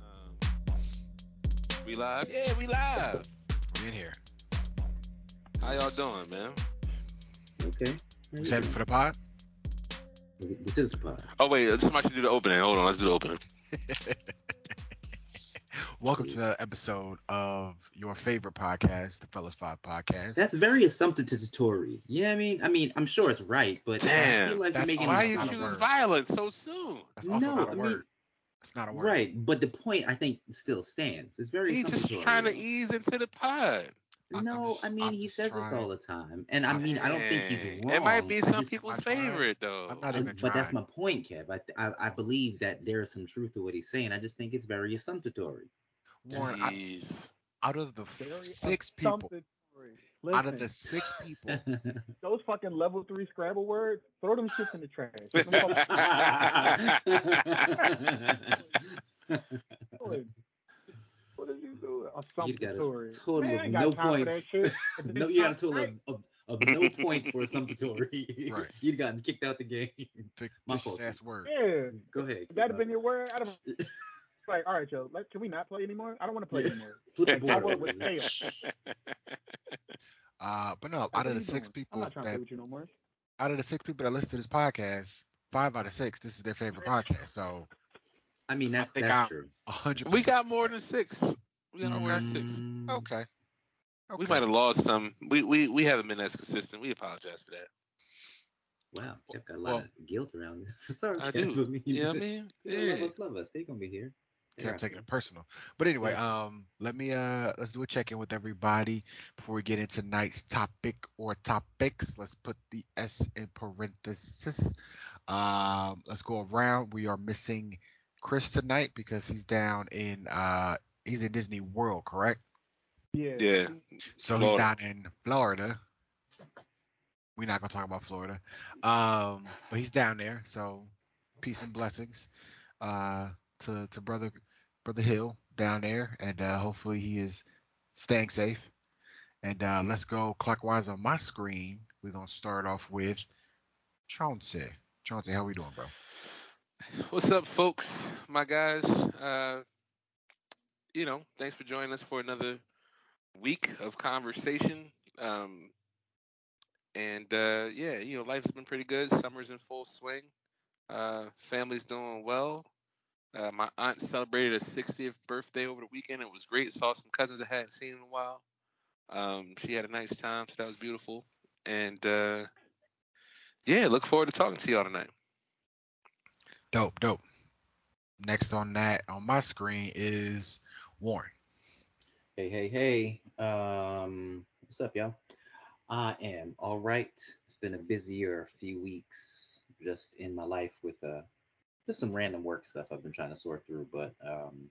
Um, We live? Yeah, we live. We in here. How y'all doing, man? Okay. Excited for the pod? This is the pod. Oh wait, somebody should do the opening. Hold on, let's do the opening. Welcome to the episode of your favorite podcast, the Fellas Five Podcast. That's very assumptive to Tory. Yeah, I mean, I mean, I'm sure it's right, but I Damn, feel like you're that's making Why all- it you not a choose word. violence so soon? That's also No, not a I mean- word. It's not a word. right. But the point I think still stands. It's very He's just assumptive. trying to ease into the pod. I- I'm No, just- I mean I'm he just says this trying. all the time, and I mean I don't think he's Dang. wrong. It might be I some just- people's I'm trying. favorite though. I'm not I- even but that's trying. my point, Kev. I, I I believe that there is some truth to what he's saying. I just think it's very assumptory. Warren, I- Jeez. out of the f- Very six people, assumptive story. out of Listen, the six people, those fucking level three Scrabble words, throw them shits in the trash. Them fucking you words. What did you do? got a Assumptive story. total Man, of I ain't got no time for that points. shit. no, you got a total of, of, of no points for assumptory. Right. You'd gotten kicked out the game. My fictitious fault. ass word. Yeah, Go ahead. if that'd have been Kev. your word, I'd have like, all right, Joe, like, can we not play anymore? I don't want to play Yeah. anymore. Flip the I board work with over. tail. Uh, but no, What out are of the you six doing? I'm people not trying to play that with you no more. out of the six people that listen to this podcast, five out of six, this is their favorite podcast. So I mean, that's, I think that's I'm- true. a hundred. we got more than six. We got more than six. Mm, okay. We Okay. might have lost some. We we we haven't been as consistent. We apologize for that. Wow, Kev got a lot Well- of guilt around this. Sorry, I Kev. do. You know what I mean? People love Yeah. us, love us. They gonna be here. Kept taking it personal. But anyway, So- um, let me uh let's do a check in with everybody before we get into tonight's topic or topics. Let's put the S in parenthesis. Um, let's go around. We are missing Chris tonight because he's down in uh he's in Disney World, correct? Yeah. Yeah. So Florida. he's down in Florida. We're not gonna talk about Florida, um, but he's down there. So peace and blessings uh, to to brother brother Hill down there, and uh, hopefully he is staying safe. And uh, let's go clockwise on my screen. We're gonna start off with Chauncey. Chauncey, how we doing, bro? What's up, folks? My guys. Uh, you know, thanks for joining us for another week of conversation. Um, and uh, yeah, you know, life's been pretty good. Summer's in full swing. Uh, family's doing well. Uh, my aunt celebrated her 60th birthday over the weekend. It was great. Saw some cousins I hadn't seen in a while. Um, she had a nice time, so that was beautiful. And uh, yeah, look forward to talking to y'all tonight. Dope, dope. Next on that on my screen is Warren. Hey, hey, hey. Um, what's up, y'all? I am all right. It's been a busier few weeks just in my life with uh just some random work stuff I've been trying to sort through, but um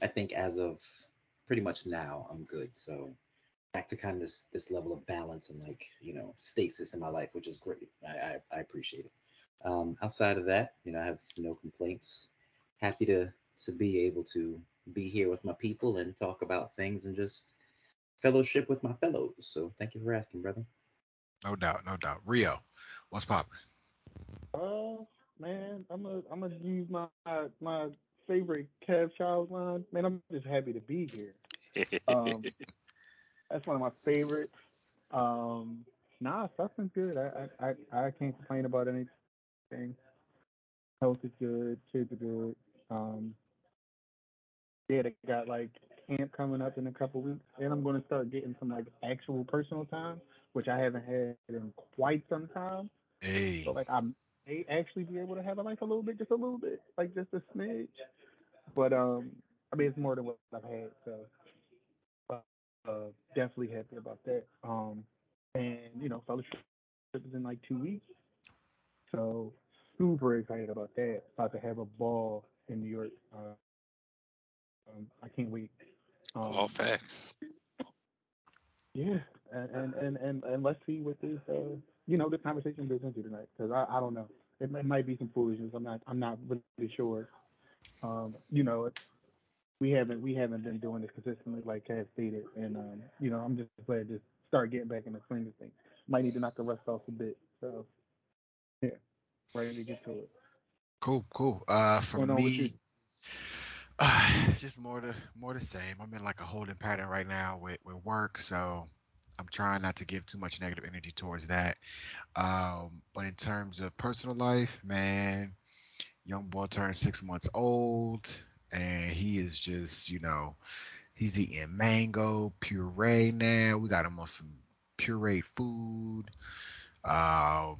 I think as of pretty much now I'm good. So back to kind of this this level of balance and like, you know, stasis in my life, which is great. I I, I appreciate it. Um outside of that, you know, I have no complaints. Happy to to be able to be here with my people and talk about things and just fellowship with my fellows. So thank you for asking, brother. No doubt, no doubt. Rio, what's poppin'? Uh, man, I'm gonna I'm gonna use my my favorite Kev Childs line. Man, I'm just happy to be here. Um, that's one of my favorites. Um, nah, stuff's been good. I, I I I can't complain about anything. Health is good. Kids are good. Um, yeah, they got like camp coming up in a couple weeks, and I'm gonna start getting some like actual personal time, which I haven't had in quite some time. Hey. So like I may actually be able to have a life a little bit, just a little bit, like just a smidge. But um, I mean it's more than what I've had, so uh, uh, definitely happy about that. Um, and you know fellowship is in like two weeks, so super excited about that. About to have a ball in New York. Uh, um, I can't wait. Um, All facts. yeah, and Uh, and and and, and let's see what this uh, you know this conversation goes into tonight because I, I don't know it, might- might be some foolishness I'm not I'm not really sure. Um, you know it's, we haven't we haven't been doing this consistently like Cass stated, and um, you know I'm just glad to start getting back in the swing of things. Might need to knock the rust off a bit, so yeah, ready to get to it. Cool, cool. Uh, for What's going on with me, you? it's just more to more the same. I'm in like a holding pattern right now with, with work, so I'm trying not to give too much negative energy towards that. Um, but in terms of personal life, man, young boy turned six months old, and he is just you know he's eating mango puree now. We got him on some pureed food. Um,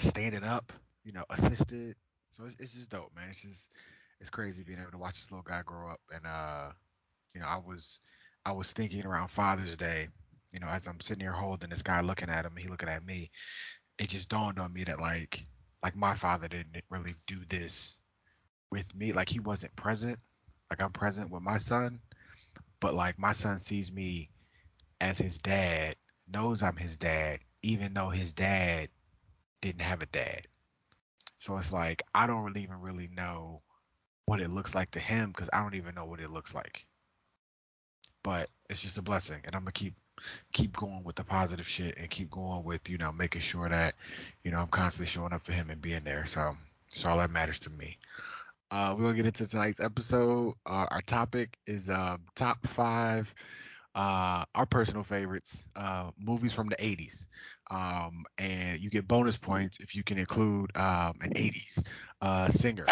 standing up, you know, assisted. So it's, it's just dope, man. It's just it's crazy being able to watch this little guy grow up. And uh, you know, I was I was thinking around Father's Day, you know, as I'm sitting here holding this guy, looking at him, he looking at me. It just dawned on me that like like my father didn't really do this with me. Like he wasn't present. Like I'm present with my son, but like my son sees me as his dad, knows I'm his dad, even though his dad didn't have a dad. So it's like I don't really even really know what it looks like to him because I don't even know what it looks like. But it's just a blessing, and I'm gonna keep keep going with the positive shit and keep going with you know making sure that you know I'm constantly showing up for him and being there. So so all that matters to me. Uh, we're gonna get into tonight's episode. Uh, our topic is uh, top five, uh, our personal favorites, uh, movies from the 80s. Um, and you get bonus points if you can include um, an 80s uh, singer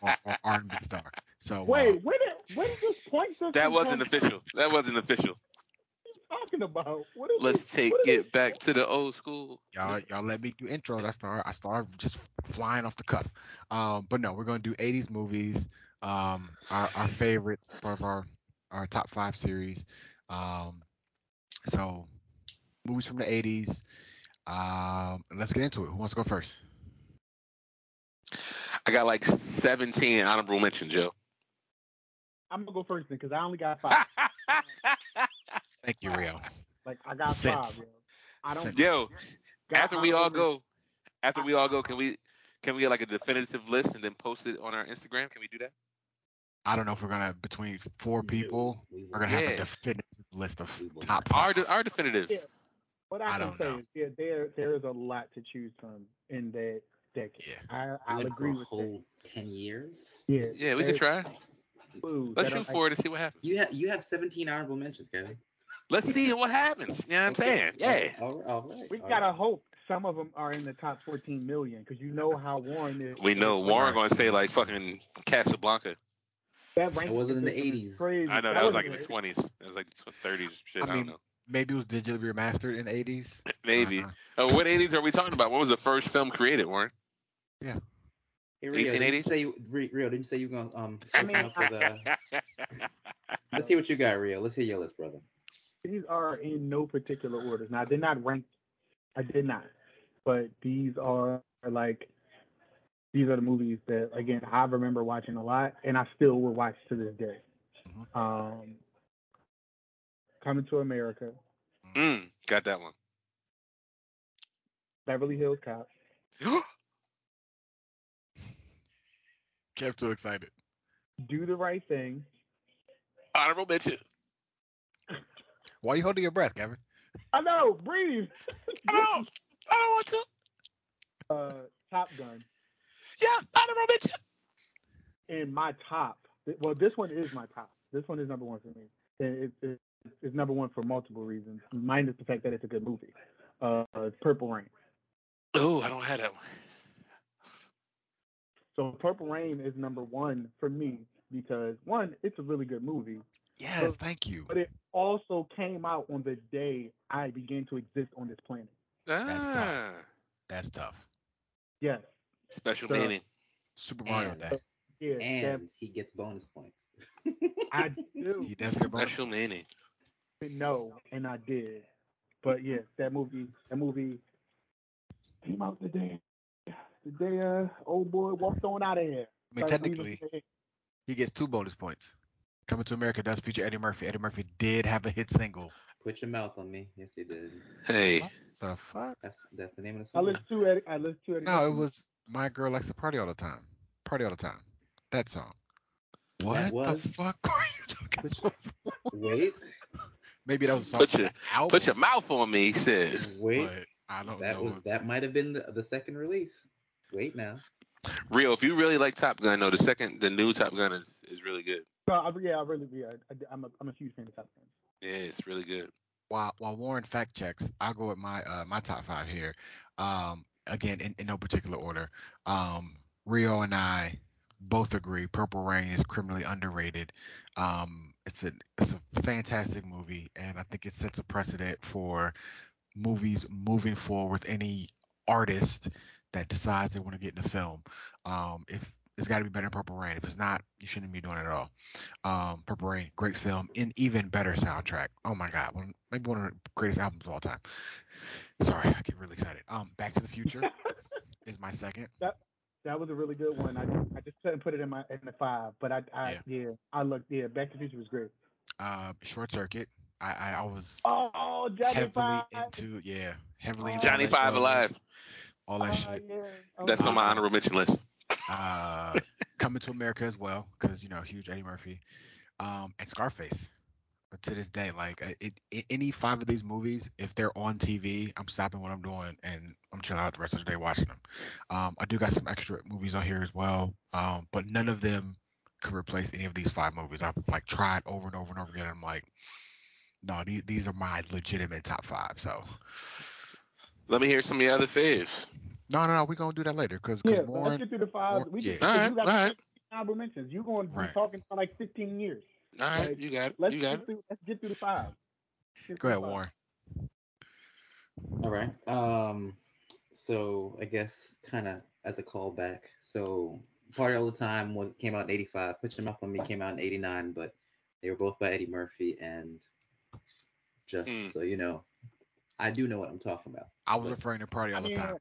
or, or R&B star. So uh, Wait, when did when did this point system That wasn't come- official. That wasn't official. What are you talking about? What is Let's this- take what is it back to the old school. y'all y'all let me do intros. I start I start just flying off the cuff. Um, but no, we're gonna do 80s movies. Um, our, our favorites, part of our our top five series. Um, so movies from the 80s. Um, and let's get into it. Who wants to go first? I got like 17 honorable mentions, Joe. I'm gonna go first then because I only got five. Thank you, Rio. like I got Sense. five. Yo. I don't. Sense. Yo, got after we all honorable go, after we all go, can we can we get like a definitive list and then post it on our Instagram? Can we do that? I don't know if we're gonna between four people. We We're gonna have Yeah. a definitive list of We will top not. five. Our our definitive. Yeah. What I, I can don't say know. is yeah, there there is a lot to choose from in that decade. Yeah. I We I'll went agree for a with that. whole ten years. Yeah. Yeah, we can try. Let's shoot for for it and see what happens. You have you have seventeen honorable mentions, Kevin. Let's see what happens. You know what I'm Okay, saying? Yeah. All, all right. We all gotta right. hope some of them are in the top 14 million because you know how Warren is. We know Warren. Warren gonna say like fucking Casablanca. That That ranking wasn't in the system is 80s. Crazy. I know that was wasn't like in the 20s. great. That was like the 30s shit. I I, don't mean- know. Maybe it was digitally remastered in the 80s. Maybe. Uh-huh. Oh, what 80s are we talking about? What was the first film created, Warren? Hey, Rio, did you 1880s? say you, Ri- Rio? Did you say you were gonna um? I open mean, up with, uh, let's hear what you got, Rio. Let's hear your list, brother. These are in no particular order. Now I did not rank. I did not. But these are like these are the movies that again I remember watching a lot, and I still will watch to this day. Mhm. Um, Coming to America, mm, got that one. Beverly Hills Cop, Kept too excited. Do the Right Thing, Honorable mention. Why you holding your breath, Kevin? I know, breathe. I don't. I don't want to. uh, Top Gun Yeah, honorable mention. in my top. Well, this one is my top. This one is number one for me. And It, it, it's number one for multiple reasons, minus the fact that it's a good movie. Uh, Purple Rain. Oh, I don't have that one. So Purple Rain is number one for me because one, it's a really good movie, Yes, thank you. but it also came out on the day I began to exist on this planet. tough. Ah, That's tough. Yes. special So- meaning. Super Mario And- Day. Yeah. that And he gets bonus points. I do. He does get bonus. Special meaning. No, and I did. But yeah, that movie, that movie came out the day, the day uh, old boy walked on out of here. I mean, Like, we was- technically, he gets two bonus points. Coming to America does feature Eddie Murphy. Eddie Murphy did have a hit single. Put your mouth on me. Yes, you did. Hey, The fuck? That's that's the name of the I song. listened to it. I listened to it. No, it was My Girl Likes to Party All the Time. Party All the Time. That song. What was- the fuck are you talking Which- about? Wait, Maybe that was a song Put from your- that album, put your mouth on me, he said. wait. but I don't Oh, That know. was that might have been the, the second release. Wait now. Real, if you really like Top Gun, though, the second, the new Top Gun is, is really good. No, I, yeah, I really, yeah, I, am a, I'm a huge fan of Top Gun. Yeah, it's really good. While while Warren fact checks, I'll go with my uh, my top five here. Um, again, in, in no particular order. Um, Rio and I both agree Purple Rain is criminally underrated. Um, it's a it's a fantastic movie, and I think it sets a precedent for movies moving forward with any artist that decides they want to get into film. Um, if it's got to be better than Purple Rain. If it's not, you shouldn't be doing it at all. Um, Purple Rain, great film, and even better soundtrack. Oh my God, one, maybe one of the greatest albums of all time. Sorry, I get really excited. Um, Back to the Future is my second. That that was a really good one. I just, I just couldn't put it in my in the five, but I I yeah, I looked yeah. Back to the Future was great. Uh, Short Circuit. I I, I was Oh, Johnny heavily Five. into yeah, heavily into Johnny like, Five uh, Alive. All Oh, that shit. yeah. That's Okay. on my honorable mention list. Uh, Coming to America as well, because you know, huge Eddie Murphy. Um, and Scarface. But to this day, like I- it, it, any five of these movies, if they're on TV, I'm stopping what I'm doing and I'm chilling out the rest of the day watching them. Um, I do got some extra movies on here as well, um, but none of them could replace any of these five movies. I've like tried over and over and over again. I'm like, no, these these are my legitimate top five. So Let me hear some of your other faves. no, no, no, we're gonna do that later because Yeah, but let's Warren. get through the five. Warren- We yeah. just, All if right, you all got right, honorable mentions. You're going to Right. be talking for like 15 years. all right. Like, You got it. Let's You got get it. through. Let's get through the five. Get Go through the ahead, five. Warren. All right. Um, so I guess kind of as a callback. So Party All the Time was came out in '85. Put Your Mouth on Me came out in '89, but they were both by Eddie Murphy and just Mm. so you know, I do know what I'm talking about. I was referring to Party I all the mean, time.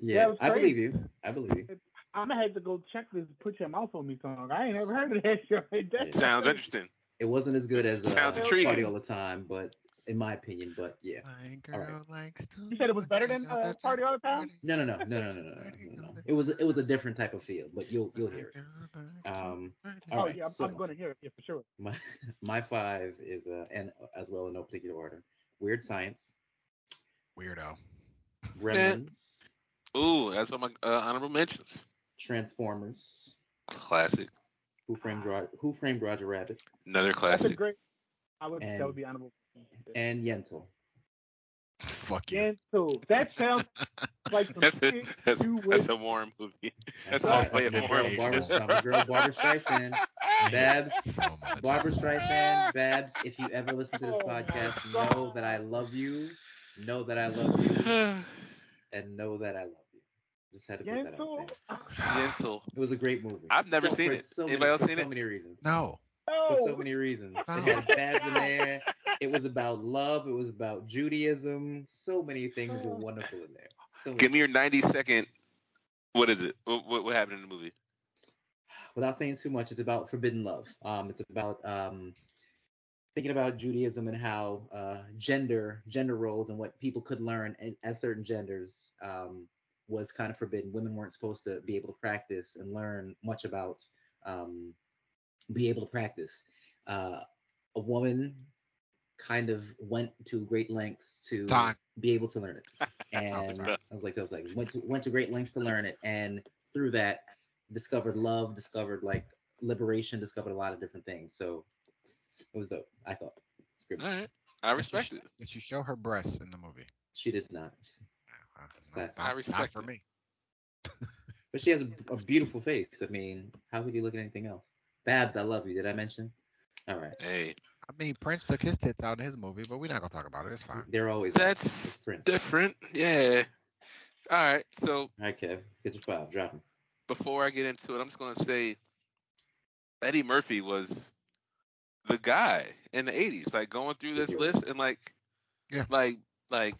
Yeah, it Yeah, was I crazy. believe you. I believe you. I'm gonna have to go check this "Put Your Mouth on Me" song. I ain't never heard of that shit. That's Sounds crazy. interesting. It wasn't as good as uh, Sounds intriguing. Party All the Time, but in my opinion, but yeah. My All girl right. likes to. You said it was better than party all uh, the "Party All the Time." party. No, no, no, no, no, no, no, no, no, no. It was it was a different type of feel, but you'll you'll hear it. Um, all Oh right, yeah, I'm, so- I'm gonna hear it yeah, for sure. My my five is uh, and as well in no particular order. Weird Science, Weirdo. Gremlins, Ooh, that's on my uh, honorable mentions. Transformers, Classic. Who Ah. Framed Roger, Who Framed Roger Rabbit, Another That's a classic. great. I would. And- that would be honorable. mention. and Yentl. Fuck you. Again, too. That sounds like some That's a shit that's, you that's a would. warm movie. That's That's all right. play My it Ah! for girl him. Barbra, my girl Barbra Streisand, Babs, So much. Barbara Streisand, Babs. If you ever listen to this Oh my podcast, God. know that I love you, know that I love you, and know that I love you. Just had to put that out Gentle. there. Yentl. It was a great movie. I've never So- seen for it. So many, Anybody else for seen so it? many reasons. no. for so No. many reasons. No. It had Babs in there. It was about love. It was about Judaism. So many things were wonderful in there. So Give me your 90 second. What is it? What, what, what happened in the movie? without saying too much, it's about forbidden love. Um, it's about um, thinking about Judaism and how uh, gender gender roles and what people could learn a- as certain genders um, was kind of forbidden. Women weren't supposed to be able to practice and learn much about um, be able to practice. Uh, a woman kind of went to great lengths to Time. be able to learn it. Sounds And right. I was like, I was like, went to went to great lengths to learn it, and through that, discovered love, discovered like liberation, discovered a lot of different things. So it was dope. I thought. It's great. All right. I Did respect she, it. Did she show her breasts in the movie? She did not, Uh, Classic. not- I Not respect for it. me. but she has a, a beautiful face. I mean, how could you look at anything else? Babs, I love you. Did I mention? All right, Hey, I mean, Prince took his tits out in his movie, but we're not gonna talk about it. It's fine. they're always that's Prince. different. Yeah. All right. So All right, Kev, let's get your file. Drop him. before I get into it, I'm just gonna say Eddie Murphy was the guy in the '80s. Like going through this Yeah. list and like, Yeah. like, like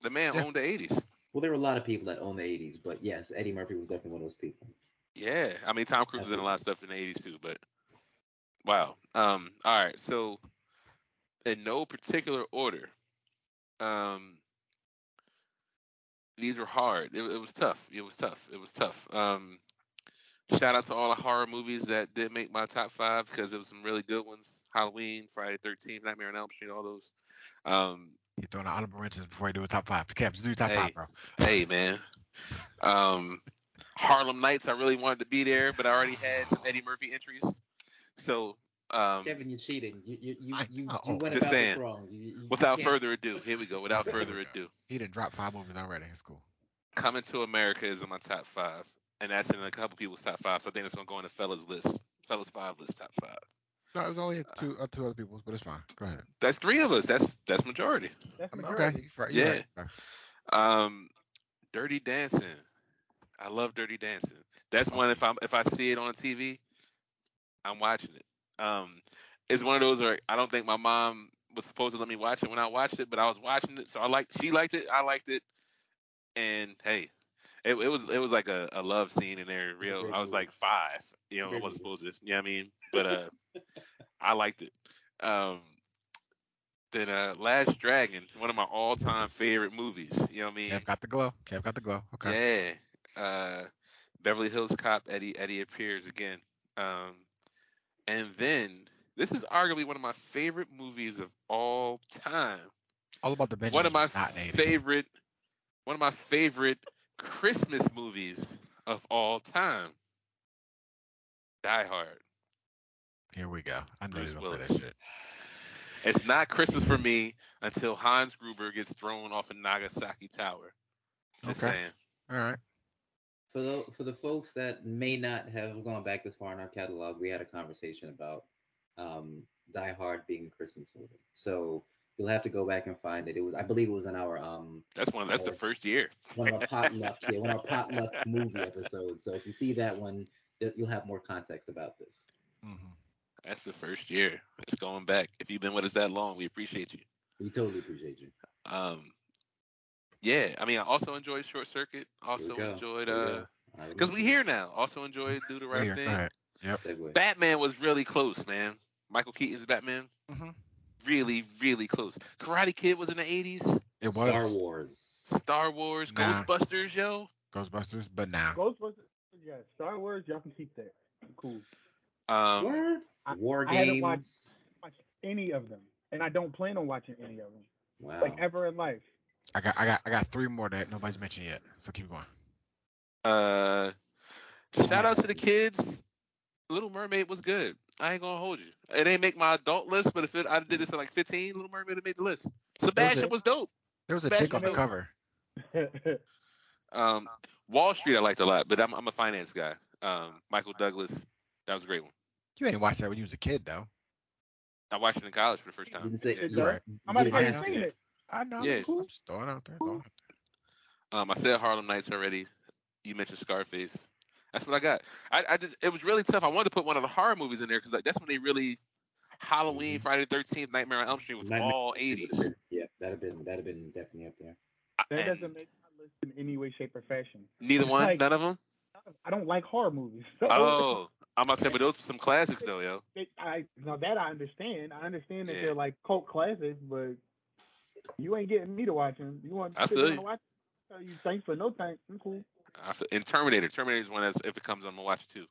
the man Yeah. owned the '80s. Well, there were a lot of people that owned the 80s, but yes, Eddie Murphy was definitely one of those people. Yeah, I mean Tom Cruise was in a lot of stuff in the '80s too, but wow. Um, all right, so in no particular order, um, these were hard. It, it was tough. It was tough. It was tough. Um, shout out to all the horror movies that did make my top five because there was some really good ones: Halloween, Friday Thirteenth, Nightmare on Elm Street, all those. Um, He's throwing out honorable mentions before he do a top five. Caps, do your top Hey. five, bro. hey man, um, Harlem Nights. I really wanted to be there, but I already had some Eddie Murphy entries. So um, Kevin, you cheated. You you you, I you, know. you went Just about saying. this wrong. You- you- you without can't- further ado, here we go. Without There we further go. ado, He didn't drop five movies already. It's cool. Coming to America is in my top five, and that's in a couple people's top five. So I think it's gonna go on the fellas list, fellas five list, top five. No, it was only two uh, two other people's, but it's fine. Go ahead. That's three of us. That's that's majority. That's I mean, majority. okay. You're right, you're Yeah. right, you're right. Um, Dirty Dancing. I love Dirty Dancing. That's one if I'm if I see it on TV, I'm watching it. Um, it's one of those where I don't think my mom was supposed to let me watch it when I watched it, but I was watching it, so I liked she liked it, I liked it, and hey, it, it was it was like a, a love scene in there. a Real, great I was movie. like five, you know, I Great wasn't movie. supposed to, you know what I mean? But uh, I liked it. Um, then uh, Last Dragon, one of my all time favorite movies, you know what I mean? Kev got the glow. Kev got the glow. Okay. Yeah. Uh, Beverly Hills Cop Eddie Eddie appears again. Um, and then this is arguably one of my favorite movies of all time. All about the Benjamin. one of my not native. favorite one of my favorite Christmas movies of all time. Die Hard. Here we go. I know Bruce you don't say that Willis. shit. It's not Christmas for me until Hans Gruber gets thrown off a Nagasaki Tower. Just Okay. saying. All right. For the for the folks that may not have gone back this far in our catalog, we had a conversation about um, Die Hard being a Christmas movie. So you'll have to go back and find it. It was I believe it was in our um That's one that's the first year. one of our potluck yeah, one of our potluck movie episodes. So if you see that one, th- you'll have more context about this. Mm-hmm. That's the first year. It's going back. If you've been with us that long, we appreciate you. We totally appreciate you. Um, yeah, I mean, I also enjoyed Short Circuit. Also go. enjoyed Here we uh, go. I because remember. we here now. Also enjoyed Do the Right go Thing. ahead. Yep. Segue. Batman was really close, man. Michael Keaton's Batman, Mm-hmm. really, really close. Karate Kid was in the '80s. It was Star Wars. Star Wars, Nah. Ghostbusters, yo. Ghostbusters, but now. Ghostbusters. Yeah, Star Wars. Y'all can keep that. Cool. Um, Word. I- War I haven't games. watched- Watch any of them, and I don't plan on watching any of them, Wow. like ever in life. I got I got I got three more that nobody's mentioned yet. So keep going. Uh, shout my out to the God. kids. Little Mermaid was good. I ain't gonna hold you. It ain't make my adult list, but if it, I did this at like 15, Little Mermaid would made the list. Sebastian was dope. There was a Sebastian dick on the Miller. cover. Um, Wall Street I liked a lot, but I'm, I'm a finance guy. Um, Michael Douglas, that was a great one. You ain't watched that when you was a kid though. I watched it in college for the first time. Didn't say It you- does. I'm you about to say Yeah. didn't you're have singing to. it. I know. Yes. I'm just throwing it out there. throwing it out there. Um, I said Harlem Nights already. You mentioned Scarface. That's what I got. I, I just it was really tough. I wanted to put one of the horror movies in there because like that's when they really Halloween, Friday the 13th, Nightmare on Elm Street was Mm-hmm. Nightmare all It would've 80s. been- Yeah, that'd have been that'd have been definitely up there. That And doesn't make my list in any way, shape, or fashion. neither one, like- none of them. I don't like horror movies. So Oh, I'm about to say, but those were some classics though, yo. it, I now that I understand. I understand that Yeah. they're like cult classics, but you ain't getting me to watch them. You want I sit feel down you. and watch? 'em, tell you thanks for no thanks. I'm cool. I feel, and Terminator. Terminator's one that's if it comes, I'm gonna watch it too.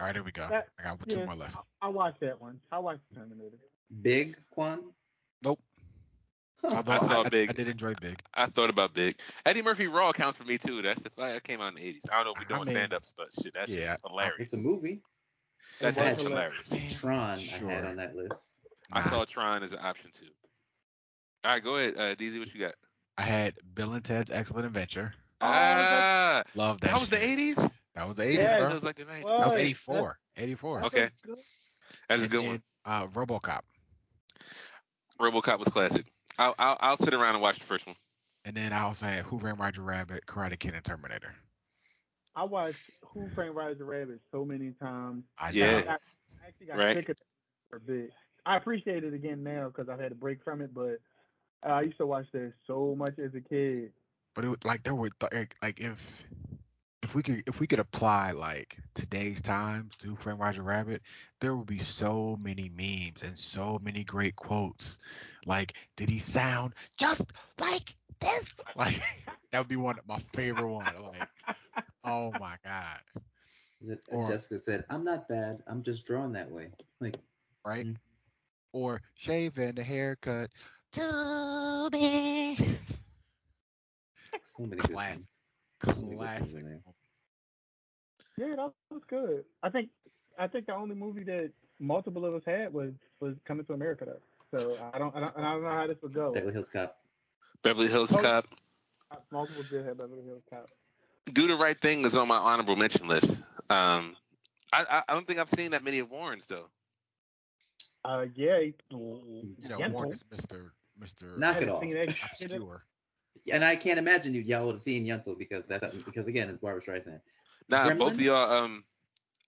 All right, here we go. That- I got two Yeah, more left. I, I watched that one. I watched Terminator. Big Quan. Nope. Huh. Although I I, saw I- Big. I did enjoy Big. I thought about Big. Eddie Murphy Raw counts for me too. That's the that came out in the 80s. I don't know if we're I doing mean, stand ups, but shit, that's yeah, yeah, hilarious. It's a movie. That It was thing's hilarious. hilarious. Tron. I had Sure. on that list. I Nah. saw Tron as an option too. All right, go ahead, uh, DZ. What you got? I had Bill and Ted's Excellent Adventure. Oh, Ah, Love that. that was the shit. 80s. That was the 80s, Yeah, That bro. was like the 90s. That Well, was Right. 84. 84. That Okay. was good. That's a And good then, one. Uh, RoboCop. RoboCop was classic. I'll, I'll I'll sit around and watch the first one. And then I also had Who Ran Roger Rabbit, Karate Kid, and Terminator. I watched Who Framed Roger Rabbit so many times. I Yeah. know. I actually got Right. sick of it for a bit. I appreciate it again now because I've had a break from it, but uh, I used to watch that so much as a kid. But it was, like there were th- like, like if if we could if we could apply like today's times to Who Framed Roger Rabbit, there would be so many memes and so many great quotes. Like, did he sound just like this? Like that would be one of my favorite one. Like, oh my god, Is it- Or- Jessica said, "I'm not bad. I'm just drawn that way." Like right? Mm. Or shave and a haircut to me. so many good Classic. things. So many good things Classic. in there. Yeah, that was good. I think I think the only movie that multiple of us had was was Coming to America though. So I don't I don't, I don't know how this would go. Beverly Hills Cop. Beverly Hills Oh. Cop. Multiple did have Beverly Hills Cop. Do the Right Thing is on my honorable mention list. Um, I, I, I don't think I've seen that many of Warren's though. Uh, yeah, he, You know, yeah, Warren no. is Mister Mister I Knock it haven't off. seen that shit. Obscure. And I can't imagine you y'all would have seen Yunzel because that's because again it's Barbara Um, Streisand. Nah, both of Gremlins? y'all. Um,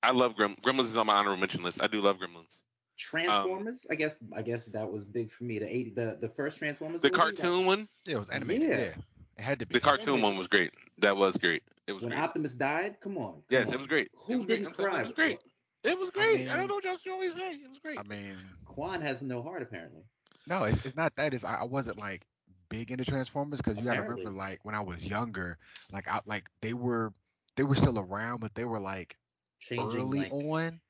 I love Grem- Gremlins is on my honorable mention list. I do love Gremlins. Transformers, I guess I guess that was big for me. The eight the, the first Transformers. The movie, cartoon one, Yeah, it was animated. Yeah. Yeah. it had to be. the cartoon one was great. That was great. It was When great. Optimus died, come on. come Yes, on. it was great. It Who was great. didn't I'm saying cry? It was great. It was great. I, mean- don't know what y'all always say. It was great. I mean, Quan has no heart apparently. No, it's, it's not that. It's I, I wasn't like big into Transformers because you gotta remember, Apparently. like when I was younger, like I like they were they were still around, but they were like Changing early like, on, They were, and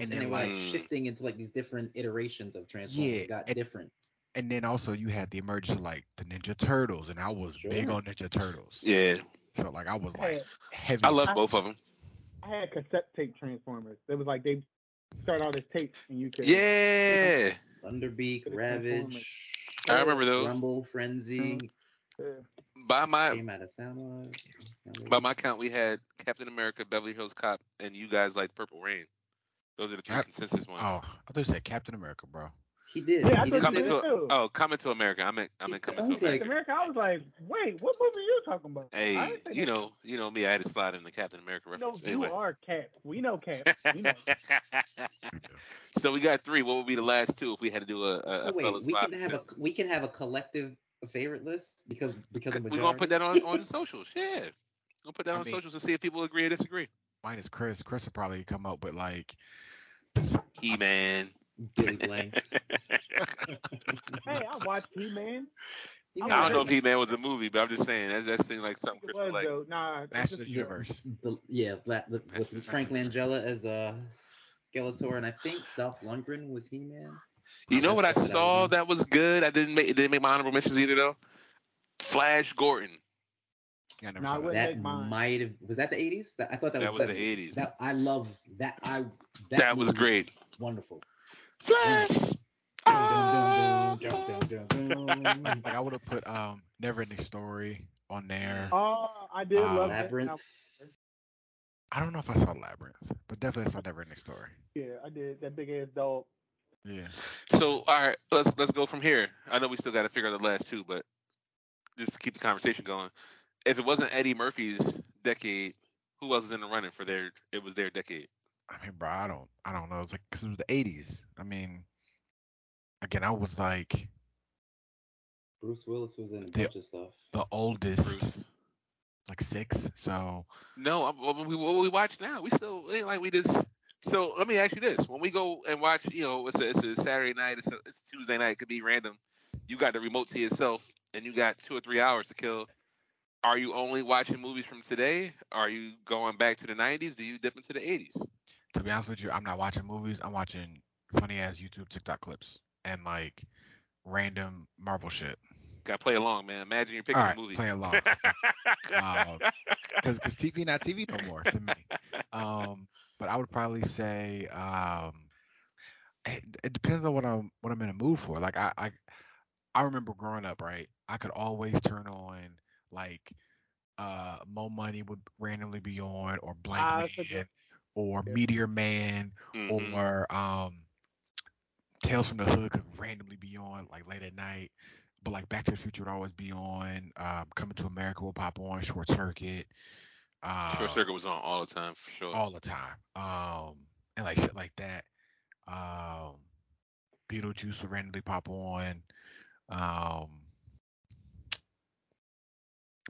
and, then, they were like like- shifting into like these different iterations of Transformers. Yeah, It got and- different. and then also you had the emergence of like the Ninja Turtles, and I was big Sure. on Ninja Turtles. Yeah, So like I was I like had, heavy. I love I- both of them. I had cassette tape Transformers. It was like they start out as tapes and you could Yeah, Thunderbeak, Could've Ravage, I remember those. Rumble, Frenzy, Yeah. By my came out of Soundwise. by my count, we had Captain America, Beverly Hills Cop, and you guys like Purple Rain. Those are the three Cap- consensus ones. Oh, I thought you said Captain America, bro. He did. Yeah, I he thought did you Coming say, to said- too. oh, coming to America. I meant I meant coming I to was America. like- Captain America. I was like, wait, what movie are you talking about? I Hey, didn't say you that. know, you know me. I had to slide in the Captain America You know, reference. you anyway. are Cap. We know Cap. We know. so we got three. What would be the last two if we had to do a, a, so a wait, fellas we live can have a consensus? we can have a collective favorite list because because the We're majority. gonna put that on on the socials. Yeah, we'll put that I on mean- socials and see if people agree or disagree. Mine is Chris. Chris would probably come up with like He man. Billy Blanks. hey, I watched He Man. You I I don't know like- if He Man was a movie, but I'm just saying that that seemed like something It Chris was uh, would like. though. Nah, it's Master of just the a- Universe. the, yeah, that, the, That's- with Frank Langella as a Skeletor, and I think Dolph Lundgren was He Man. You know what I That was saw one. that was good? I didn't make it didn't make my honorable mentions either though. Flash Gordon. Yeah, I never Nah, saw it that. wasn't- That make mine. might have was that the 80s. That- I thought that, That was the 70s. 80s. That I love that. I that, That was movie great. Wonderful. Flash. Dun, dun, dun, dun, dun, dun, dun, dun. Like, like I would have put um Never Ending Story on there. Oh, I did Uh, love that. Labyrinth. album. I don't know if I saw Labyrinth, but definitely I saw Never Ending Story. Yeah, I did. That big ass dog. Yeah. So all right, let's let's go from here. I know we still got to figure out the last two, but just to keep the conversation going. If it wasn't Eddie Murphy's decade, who else is in the running for their? It was their decade. I mean, bro, I don't, I don't know. It's like because it was the '80s. I mean, again, I was like Bruce Willis was in a The- bunch of stuff. the oldest, Bruce. like six. So No, I'm, what we, what we watch now, we still it ain't like we just. So let me ask you this: When we go and watch, you know, it's a, it's a Saturday night, it's a, it's Tuesday night, it could be random. You got the remote to yourself, and you got two or three hours to kill. Are you only watching movies from today? Are you going back to the '90s? Do you dip into the '80s? to be honest with you, I'm not watching movies. I'm watching funny ass YouTube TikTok clips and like random Marvel shit. Got to play along, man. Imagine you're picking All right, a movie. play along. Because because TV not TV no more to me. Um, but I would probably say um, it, it depends on what I'm what I'm in a mood for. Like I, I I remember growing up, right? I could always turn on like uh Mo Money would randomly be on or Blank Ah, Man that's a good- or yeah. Meteor Man Mhm. or um Tales from the Hood could randomly be on like late at night. But like Back to the Future would always be on. Um, Coming to America will pop on. Short Circuit. Um, Short Circuit was on all the time for sure. all the time. Um, and like shit like that. Um, Beetlejuice would randomly pop on. Um,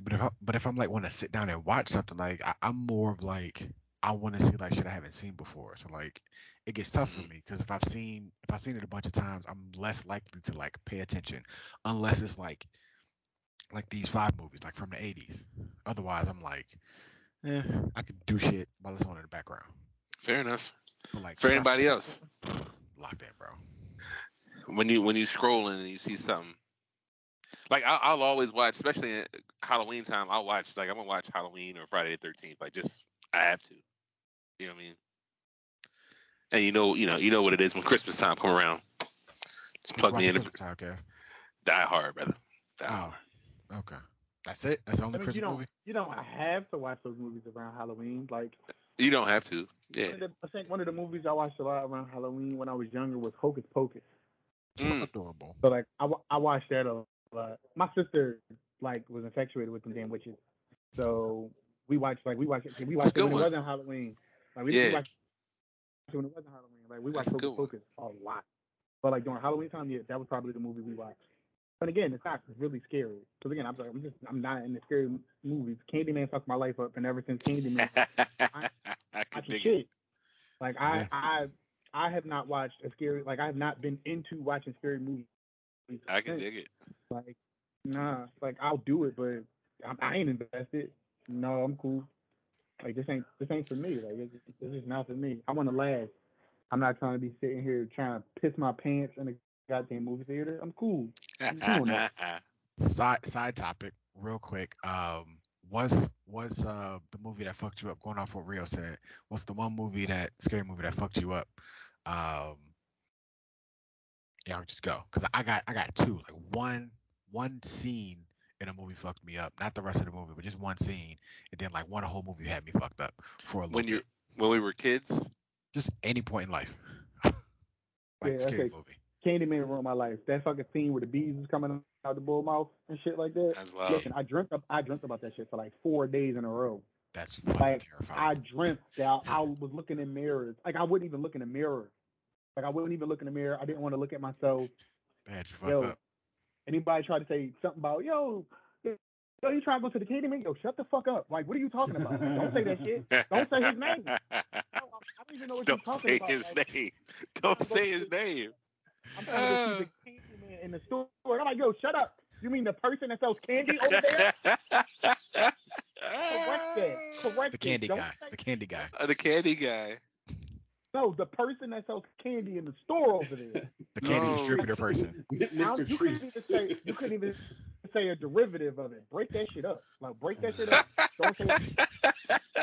but if I, but if I'm like want to sit down and watch something, like I, I'm more of like I want to see like shit I haven't seen before. So like it gets tough Mhm. for me because if I've seen if I've seen it a bunch of times, I'm less likely to like pay attention unless it's like like these five movies like from the 80s. Otherwise, I'm like, eh, I could do shit while it's on in the background. Fair enough. But like For stuff- anybody else, locked in, bro. when you when you scrolling and you see something, like I, I'll always watch, especially at Halloween time. I'll watch like I'm gonna watch Halloween or Friday the Thirteenth. Like just I have to. You know what I mean? And you know, you know, you know what it is when Christmas time come around. Just plug me in. Christmas time, Kev. Die Hard, brother. Die Oh, Hard. okay. That's it. That's the I only mean, you Christmas don't movie. you don't have to watch those movies around Halloween. Like You don't have to. Yeah. one of the, I think one of the movies I watched a lot around Halloween when I was younger was Hocus Pocus. Mm. Adorable. So like I, wa- I watched that a lot. My sister like was infatuated with them damn witches, so we watched like we watched it- we watched good it when one. it wasn't Halloween. Like we, we Yeah. watched it when it wasn't Halloween. Like we That's watched a Hocus good one. Pocus a lot. But like during Halloween time, yeah, that was probably the movie we watched. But again, it's not really scary. Because again, I'm like, I'm just I'm not into scary movies. Candyman fucked my life up, and ever since Candyman, I, I can can dig it. shit. Like I, Yeah. I, I have not watched a scary. Like I have not been into watching scary movies. I can since. dig it. Like, nah. Like I'll do it, but I'm, I ain't invested. No, I'm cool. Like this ain't this ain't for me. Like it's, just- it's just not for me. I want to laugh. I'm not trying to be sitting here trying to piss my pants in a goddamn movie theater. I'm cool. I'm doing that. Side side topic, real quick. Um, what's what's uh the movie that fucked you up? Going off what Rio said, what's the one movie that scary movie that fucked you up? Um, yeah, I'll just go because I got I got two. Like one one scene in a movie fucked me up. Not the rest of the movie, but just one scene, and then like one whole movie had me fucked up for a little when bit. you when we were kids, just any point in life. Yeah, like scary okay. movie. Candyman ruined my life. That fucking scene where the bees was coming out the bull mouth and shit like that. as well. Listen, I dreamt up. I dreamt about that shit for like four days in a row. That's fucking Like, I terrifying. dreamt that I was looking in mirrors. Like I wouldn't even look in the mirror. Like I wouldn't even look in the mirror. I didn't want to look at myself. Bad you fucked Yo, up. anybody try to say something about yo, yo, you trying to go to the Candyman? Yo, shut the fuck up. Like, what are you talking about? Don't say that shit. Don't say his name. No, I, I don't even know what you're Don't talking say about. his Like, name. Don't say his name. I'm trying to go see the Candyman in the store, and I'm like, yo, shut up. You mean the person that sells candy over there? Correct that. Correct The it. candy Don't guy. say- The candy guy. Uh, the candy guy. No, the person that sells candy in the store over there. The candy No. distributor person. Now, Mr. you couldn't even Treats. say you couldn't even say a derivative of it. Break that shit up. Like break that shit up. Don't say.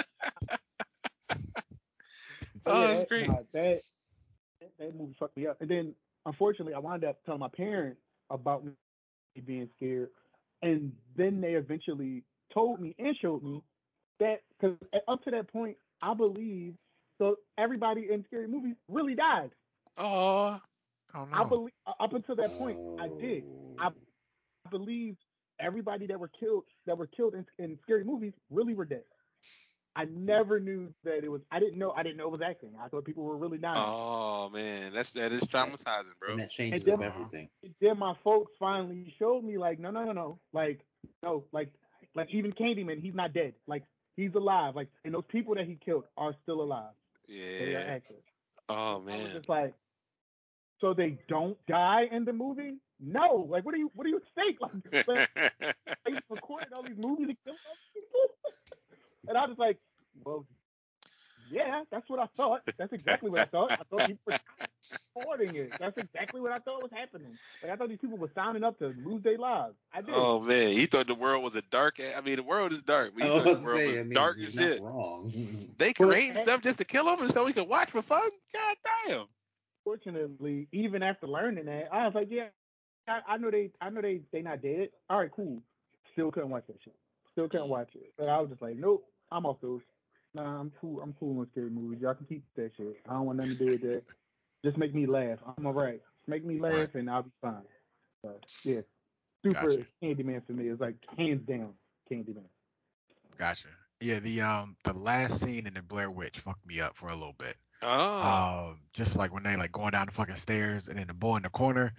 Oh, yeah, that's that- great. nah, that, that that movie fucked me up. And then unfortunately, I wound up telling my parents about me being scared, and then they eventually told me and showed me that because up to that point, I believed so everybody in scary movies really died. Oh, Oh I no. believe up until that point, I did. I- I believed everybody that were killed that were killed in, in scary movies really were dead. I never knew that it was. I didn't know. I didn't know it was acting. I thought people were really dying. oh man, that's that is traumatizing, bro. And that changes And up then- everything. Oh. then my folks finally showed me like no no no no like no like like even Candyman he's not dead like he's alive like and those people that he killed are still alive they are Yeah. active Oh I was man. just like so they don't die in the movie no like what do you what do you think like, like they recorded all these movies to kill all these people and I was like well yeah that's what I thought that's exactly what I thought I thought people were recording it. That's exactly what I thought was happening. Like I thought these people were signing up to lose their lives. I did. Oh man, you thought the world was a dark. a- I mean, the world is dark. But I you was thought about the to world say, was I mean, dark you're as not shit. wrong. They Well, creating hey- stuff just to kill them and so we can watch for fun. God damn. Fortunately, even after learning that, I was like, yeah, I, I know they, I know they, they not dead. All right, cool. Still couldn't watch that shit. Still couldn't watch it. But I was just like, nope, I'm off those. Nah, I'm cool. I'm cool on scary movies. Y'all can keep that shit. I don't want nothing to do with that. Just make me laugh. I'm alright. Make me laugh Right. and I'll be fine. So, yeah, super Gotcha. Candyman for me. It's like hands down Candyman. Gotcha. Yeah, the um the last scene in the Blair Witch fucked me up for a little bit. Oh. Um, just like when they like going down the fucking stairs and then the boy in the corner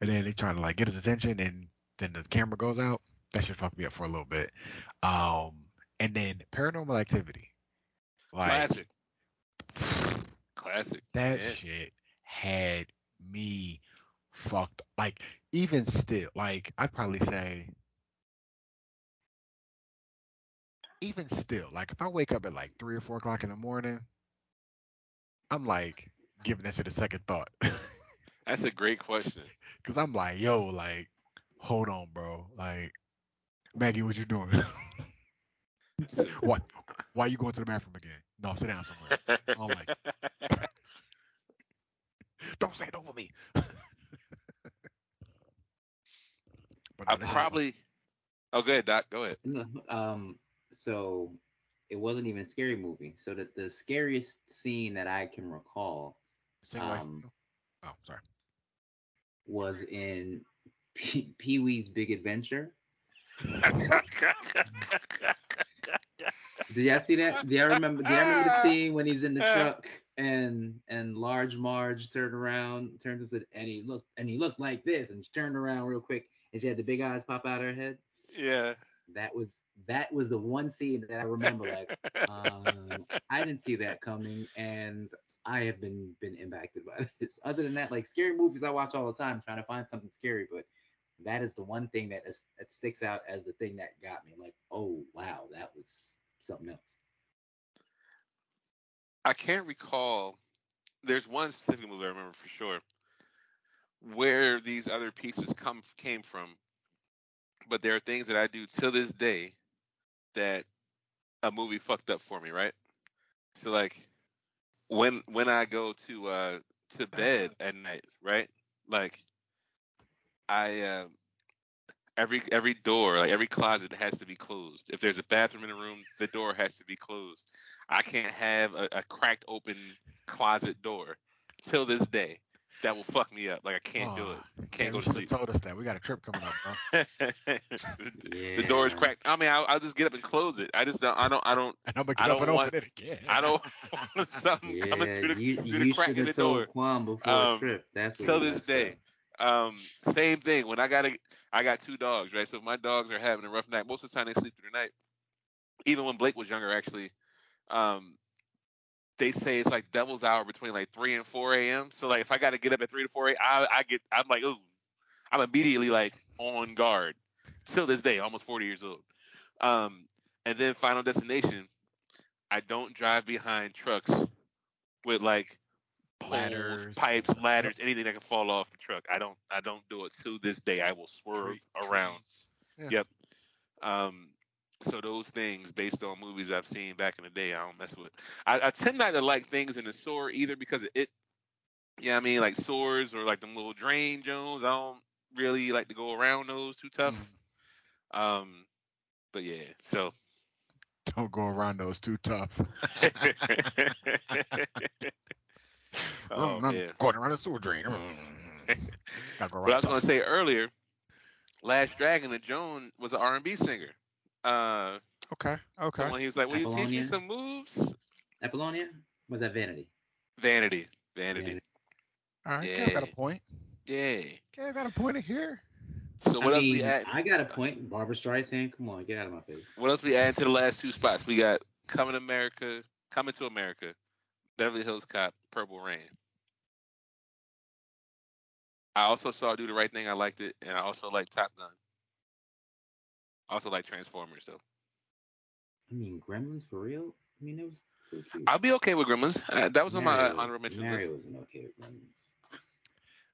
and then they trying to like get his attention and then the camera goes out. That should fuck me up for a little bit. Um, and then paranormal activity. Like Classic. Classic. that Yeah. shit had me fucked. Like even still, like I'd probably say even still, like if I wake up at like three or four o'clock in the morning, I'm like giving that shit a second thought. That's a great question. Cause I'm like, yo, like, hold on, bro. Like, Maggie, what you doing? That's a- why, Why you going to the bathroom again? No, sit down somewhere. I Oh don't like it. Don't say it over me. but no, I that's- probably. Oh, go ahead, Doc. Go ahead. No, um, so it wasn't even a scary movie. So that the scariest scene that I can recall Single life. um, Oh, sorry. was in Pee Pee Wee's Big Adventure. Did y'all see that? Do y'all remember? Do y'all remember the scene when he's in the truck and and Large Marge turned around, turns up to and he looked and he looked like this and she turned around real quick and she had the big eyes pop out of her head. yeah. That was that was the one scene that I remember. Like um, I didn't see that coming, and I have been been impacted by this. Other than that, like scary movies I watch all the time, trying to find something scary, but that is the one thing that is, that sticks out as the thing that got me. Like, oh wow, that was something else. I can't recall. There's one specific movie I remember for sure where these other pieces come came from, but there are things that I do till this day that a movie fucked up for me, right? So like when when I go to uh to bed at night, right? Like I uh, every every door, like every closet has to be closed. If there's a bathroom in a room, the door has to be closed. I can't have a, a cracked open closet door till this day. That will fuck me up. Like I can't do it. Ah, Can't yeah, go you to should've sleep. Told us that we got a trip coming up, bro. the door is Yeah. cracked. I mean, I'll, I'll just get up and close it. I just don't. I don't. I don't. And I'm gonna I get up don't and want- open it again. I don't want something coming Yeah, through the you, through the you crack should in the have told door. Quan before Um, the trip. That's what till you this messed day. up. Um, same thing. When I got a, I got two dogs, right? So my dogs are having a rough night. Most of the time they sleep through the night. Even when Blake was younger, actually, um, they say it's like devil's hour between like three and four a.m. So like if I got to get up at three to four a.m., I, I get I'm like ooh, I'm immediately like on guard. Till this day, almost 40 years old. Um, and then Final Destination, I don't drive behind trucks with like poles, Ladders. pipes, ladders, anything that can fall off the truck. I don't I don't do it to this day. I will swerve Trees. around. Yeah. Yep. Um, so those things based on movies I've seen back in the day, I don't mess with. I, I tend not to like things in the sewer either because it, yeah, I mean like sores or like them little drain Jones. I don't really like to go around those too tough. Mm, Um, but yeah, so Don't go around those too tough. Oh, Mm, I'm yeah. Going around a sewer drain. Mm. Gotta But I go around was gonna tough. say earlier, Last Dragon, the Joan was an R and B singer. Uh, Okay. Okay. someone he was like, "Will you teach me Apollonia? some moves?" Apollonia? Was that Vanity? Vanity, vanity, All right. Gail got a Yeah. point. yay. Gail got a point in here. So what I else mean, we add? I got a point. Barbara Streisand, come on, get out of my face. What else we add to the last two spots? We got Coming to America, Coming to America, Beverly Hills Cop, Purple Rain. I also saw Do the Right Thing. I liked it, and I also like Top Gun. I also like Transformers though. I mean, Gremlins for real? I mean, that was so cute. I'll be okay with Gremlins. Uh, that was on my uh, honorable mention list. Mario was an okay with Gremlins.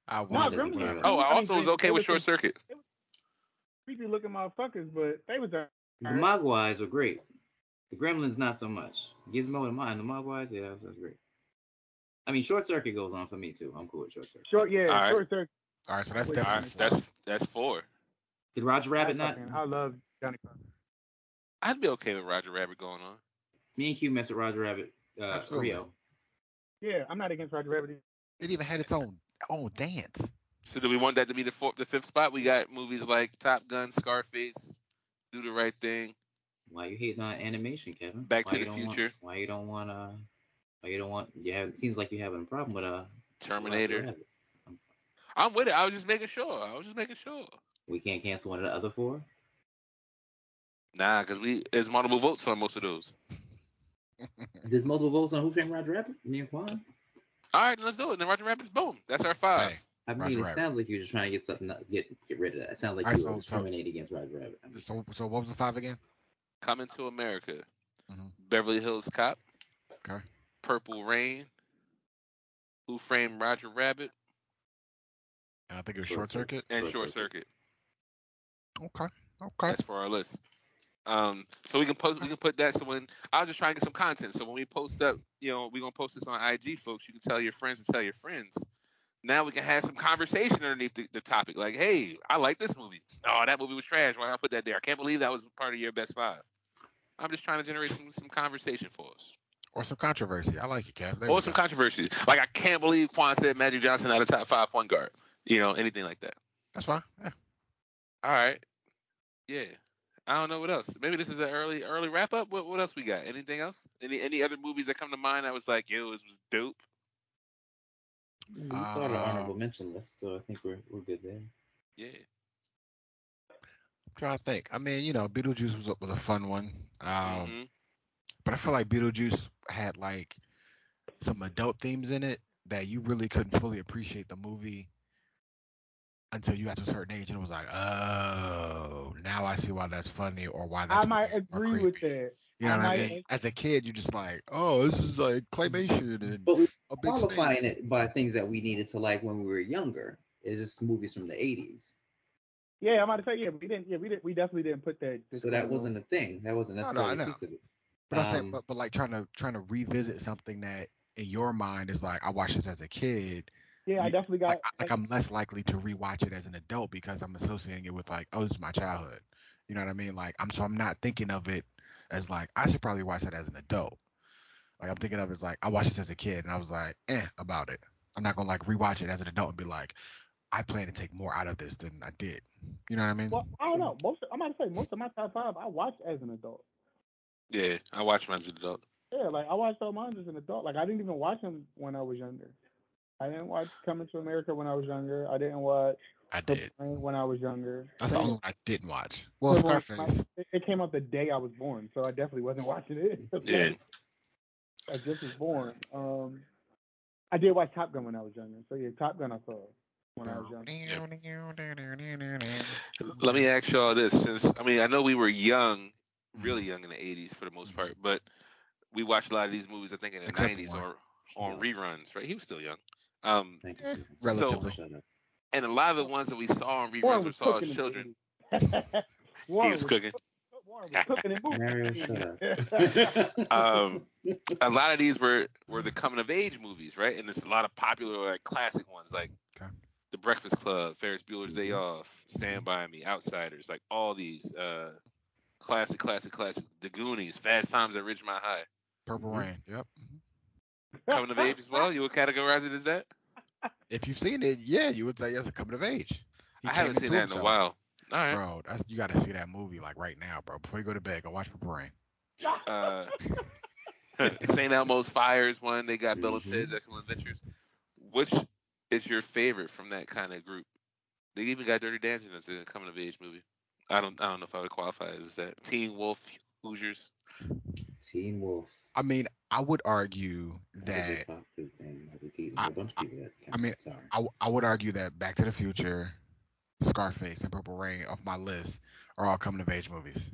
I No, was. Gremlins Gremlins. was I good. mean- Oh, I mean, also was they- okay they with were Short some Circuit. Creepy looking motherfuckers, but they was all The right. Mogwais were great. The Gremlins, not so much. Gizmo and mine. The Mogwais, yeah, that was great. I mean, Short Circuit goes on for me, too. I'm cool with Short Circuit. Short, yeah, All right. short circuit. All right. So that's Wait, All definitely. right, that's that's four. Did Roger Rabbit I not? fucking- I love Johnny Carson. I'd be okay with Roger Rabbit going on. Me and Q messed with Roger Rabbit. Uh, Absolutely. Rio. Yeah, I'm not against Roger Rabbit. It even had its own own dance. So do we want that to be the fourth, the fifth spot? We got movies like Top Gun, Scarface, Do the Right Thing, Why you hating on animation, Kevin? Back why to you the don't want- Future. why you don't want uh? Why you don't want? You have. It seems like you're having a problem with uh. Roger Terminator. Rabbit. I'm with it. I was just making sure. I was just making sure. We can't cancel one of the other four. Nah, because we there's multiple votes on most of those. There's multiple votes on Who Framed Roger Rabbit. Me and Quan. All right, let's do it. And then Roger Rabbit's boom. That's our five. Hey, I mean, Roger it Rabbit. sounds like you're just trying to get something else, get get rid of that. It sounds like Alright, you so- were so- discriminate against Roger Rabbit. I mean, so so what was the five again? Coming to America, Mhm. Beverly Hills Cop, Okay. Purple Rain, Who Framed Roger Rabbit, And I think it was short Short Circuit. circuit. and Short Short Circuit. Circuit. Okay. Okay. That's for our list. Um, so we can post, we can put that. So when I'll just try and get some content. So when we post up, you know, we're gonna post this on IG, folks. You can tell your friends to tell your friends. Now we can have some conversation underneath the, the topic. Like, hey, I like this movie. Oh, that movie was trash. Why did I put that there? I can't believe that was part of your best five. I'm just trying to generate some, some conversation for us. Or some controversy. I like it, Kev. There we Or some go. controversies. Like I can't believe Quan said Magic Johnson out of top five point guard. You know, anything like that. That's fine. Yeah. All right. Yeah. I don't know what else. Maybe this is an early early wrap up. What what else we got? Anything else? Any any other movies that come to mind? I was like, yo, this was dope. We started Uh, Mm, honorable mention list, so I think we're we're good there. Yeah. I'm trying to think. I mean, you know, Beetlejuice was a, was a fun one. Um, Mhm. but I feel like Beetlejuice had like some adult themes in it that you really couldn't fully appreciate the movie until you got to a certain age and it was like, oh, now I see why that's funny or why that's I might weird or agree with creepy. that. You know I what I might mean? As a kid, you're just like, oh, this is like claymation and But we're a big snake. qualifying it by things that we needed to like when we were younger. It's just movies from the 80s. Yeah, I'm about to say yeah. We didn't. Yeah, we did. We definitely didn't put that. So that disclaimer. wasn't a thing. That wasn't No, no, I necessarily know. a piece of it. But I'm saying, Um, but, but like trying to trying to revisit something that in your mind is like, I watched this as a kid. Yeah, I you- definitely got. Like, I- like I'm less likely to rewatch it as an adult because I'm associating it with like, oh, this is my childhood. You know what I mean? Like I'm so I'm not thinking of it as like I should probably watch that as an adult. Like I'm thinking of it as like I watched this as a kid and I was like, eh, about it. I'm not gonna like rewatch it as an adult and be like, I plan to take more out of this than I did. You know what I mean? well, I don't know. Most. I'm about to say most of my top five I watched as an adult. Yeah. I watched mine as an adult. Yeah, like I watched all mine as an adult. Like I didn't even watch them when I was younger. I didn't watch Coming to America when I was younger. I didn't watch I The did. Plane when I was younger. That's the Same- only one I didn't watch. Well, Same one- Scarface. It- It came out the day I was born, so I definitely wasn't watching it. Yeah. I just was born. Um, I did watch Top Gun when I was younger. So yeah, Top Gun I saw when I was younger. Let me ask y'all this since I mean I know we were young, Mm-hmm. really young in the eighties for the most part, but we watched a lot of these movies I think in the Except nineties one. or on yeah, reruns, right? He was still young. Um thank you, Stephen. Relatively. Shut up. and a lot of the ones that we saw on reruns Warren we was saw cooking as in the children. 80s. He Warren was was, cooking. Warren was cooking and moving. Mario, shut Uh, Um, a lot of these were were the coming of age movies, right? And it's a lot of popular like classic ones like Okay. Mm-hmm. The Breakfast Club, Ferris Bueller's Day Mhm. Off, Stand by Me, Outsiders, like all these uh classic, classic, classic. The Goonies, Fast Times at Ridgemont High. Purple Mhm. Rain. Yep. Coming of age as well. You would categorize it as that? If you've seen it, yeah, you would say that's a coming of age. He I haven't came seen into that in a himself. while. All right. Bro, that's, you got to see that movie like right now, bro. Before you go to bed, go watch Purple Rain. Uh, St. Elmo's Fires one. They got Bill and Mhm. Mm-hmm. Ted's Excellent Adventures. Which is your favorite from that kind of group? They even got Dirty Dancing as a coming of age movie. I don't I don't know if I would qualify it as that. Teen Wolf, Hoosiers. Teen Wolf. I mean, I would argue That was that a positive thing. Michael Keaton. I- a bunch of people that I mean, sorry. I, w- I would argue that Back to the Future, Scarface, and Purple Rain off my list are all coming of age movies.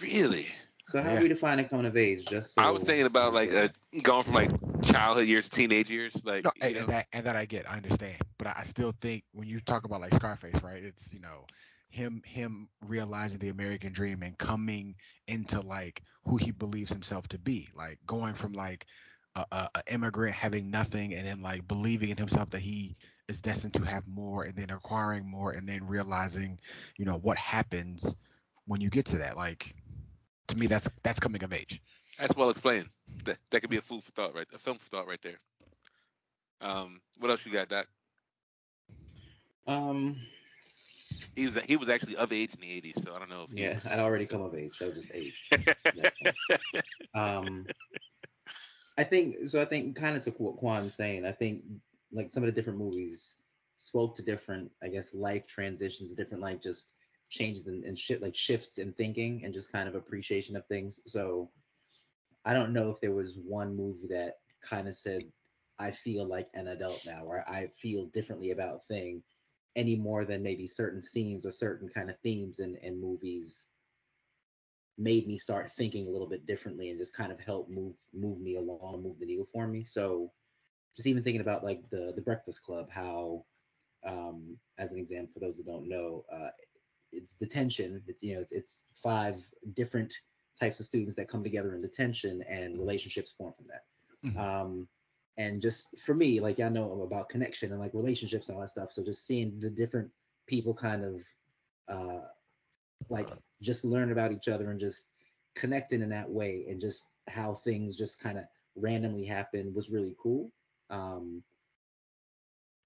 Really? So how yeah. we define a coming of age? Just so I Oh, was thinking about like uh going from like childhood years to teenage years. Like No, you and, know. and that and that I get, I understand, but I, I still think when you talk about like Scarface, right? It's you know him him realizing the American dream and coming into like who he believes himself to be, like going from like a, a, a immigrant having nothing and then like believing in himself that he is destined to have more and then acquiring more and then realizing, you know, what happens when you get to that. Like to me, that's that's coming of age. That's well explained. That that could be a food for thought, right? A film for thought, right there. Um, what else you got, Doc? um He was he was actually of age in the '80s, so I don't know if he yeah, was, I'd already come of age. That was just age. That's fine. um I think so I think kind of to what Kwan's saying, I think like some of the different movies spoke to different, I guess, life transitions, different like just changes and, and shit like shifts in thinking and just kind of appreciation of things. So I don't know if there was one movie that kind of said, I feel like an adult now, or I feel differently about thing any more than maybe certain scenes or certain kind of themes in, in movies made me start thinking a little bit differently and just kind of help move move me along, move the needle for me. So just even thinking about like the the Breakfast Club, how um, as an example for those that don't know, uh, it's detention. It's you know it's it's five different types of students that come together in detention and relationships form from that. Mhm. Um, and just for me, like y'all know I'm about connection and like relationships and all that stuff. So just seeing the different people kind of uh, like just learn about each other and just connecting in that way and just how things just kind of randomly happen was really cool. Um,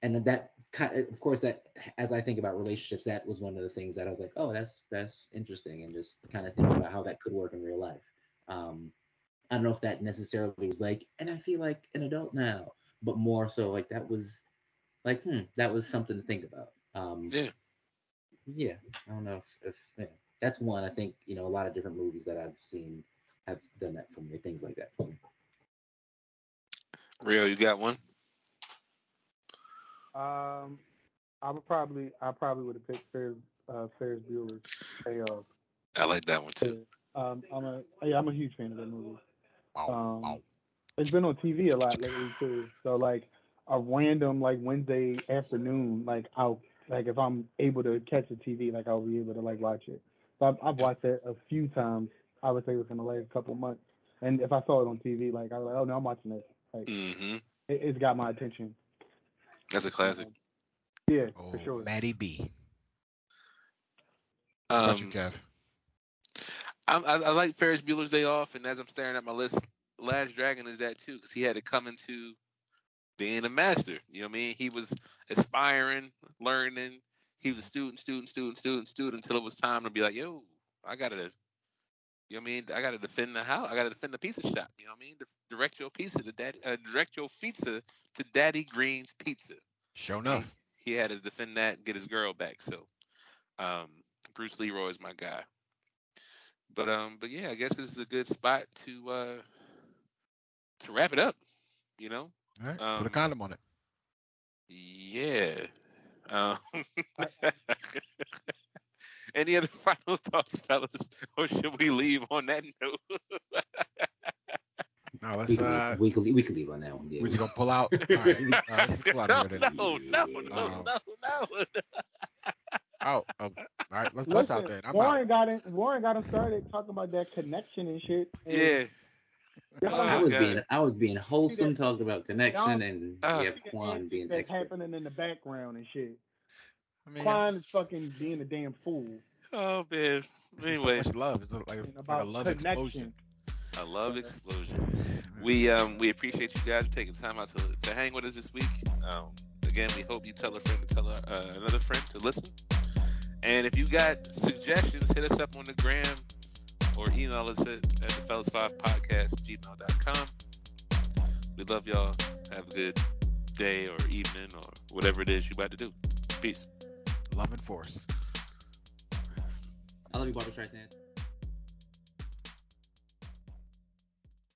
and then that kind of, of course that as I think about relationships, that was one of the things that I was like, oh, that's that's interesting, and just kind of think about how that could work in real life. Um, I don't know if that necessarily was like, and I feel like an adult now, but more so like that was like, hmm, that was something to think about. Um, Yeah. yeah, I don't know if, if yeah. that's one. I think you know a lot of different movies that I've seen have done that for me, things like that. For me. Rio, you got one? Um, I would probably, I probably would have picked Ferris, uh, Ferris Bueller's uh, Day Off. I like that one too. Um, I'm a, yeah, I'm a huge fan of that movie. Wow. Um, wow. It's been on TV a lot lately too. So like a random like Wednesday afternoon, like I'll like if I'm able to catch the TV, like I'll be able to like watch it. So I've, I've watched that a few times. I would say within the last couple months. And if I saw it on TV, like I was like, oh no, I'm watching this. Like it, Mm-hmm. it's got my attention. That's a classic. Um, yeah, Oh, for sure. Maddie B. What about you, Um, Kev? I, I, I like Ferris Bueller's Day Off, and as I'm staring at my list, Last Dragon is that too, because he had to come into being a master. You know what I mean? He was aspiring, learning. He was a student, student, student, student, student until it was time to be like, yo, I gotta, you know what I mean? I gotta defend the house. I gotta defend the pizza shop. You know what I mean? direct your pizza to daddy. Uh, direct your pizza to Daddy Green's Pizza. Sure enough. He had to defend that, and get his girl back. So, um, Bruce Leroy is my guy. But um, but yeah, I guess this is a good spot to uh to wrap it up. You know? All right. Put Um, a condom on it. Yeah. Um, any other final thoughts, fellas, or should we leave on that note? No, let's We can, uh, we, can, we can leave on that one. Yeah. we just gonna pull out. All right. All right, let's pull out of here no, then. no, no, no, no, Um, no. Out. Oh, all right. Let's bust out Listen, then. I'm out. Warren got it. Warren got him started talking about that connection and shit. And Yeah. y'all Oh, I was God. being I was being wholesome, talking about connection, and Ah. yeah, see the Quan shit being that's expert. happening in the background and shit. I mean, Klein is fucking being a damn fool. Oh man. This is Anyway, so much love. It's like, it's And like a about love explosion. connection. I love explosion. We um we appreciate you guys taking time out to, to hang with us this week. Um, again, we hope you tell a friend to tell a, uh, another friend to listen. And if you got suggestions, hit us up on the gram or email us at, at the fellas 5 podcast gmail.com. We love y'all. Have a good day or evening or whatever it is you about to do. Peace. Love and force. I love you, Barbara Streisand.